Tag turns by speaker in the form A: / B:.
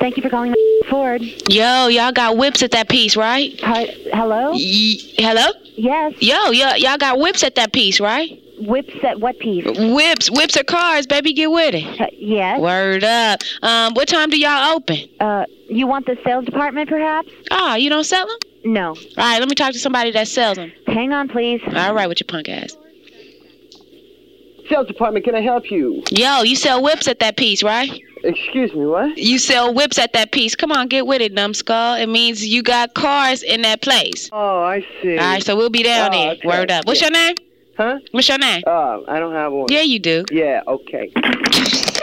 A: Thank you for calling Ford.
B: Yo, y'all got whips at that piece, right?
A: Hi, hello?
B: Y- hello?
A: Yes.
B: Yo, yo, y'all got whips at that piece, right?
A: Whips at what piece?
B: Whips, whips are cars, baby. Get with it.
A: Uh, yes.
B: Word up. Um, what time do y'all open?
A: Uh, you want the sales department, perhaps?
B: Ah, you don't sell them?
A: No.
B: All right, let me talk to somebody that sells them.
A: Hang on, please.
B: All right, with your punk ass.
C: Sales department, can I help you?
B: Yo, you sell whips at that piece, right?
C: Excuse me, what?
B: You sell whips at that piece. Come on, get with it, numbskull. It means you got cars in that place.
C: Oh, I see.
B: All right, so we'll be down
C: Oh,
B: there.
C: okay.
B: Word up. What's your name?
C: Huh?
B: What's your name?
C: Uh, I don't have one.
B: Yeah, you do.
C: Yeah, okay.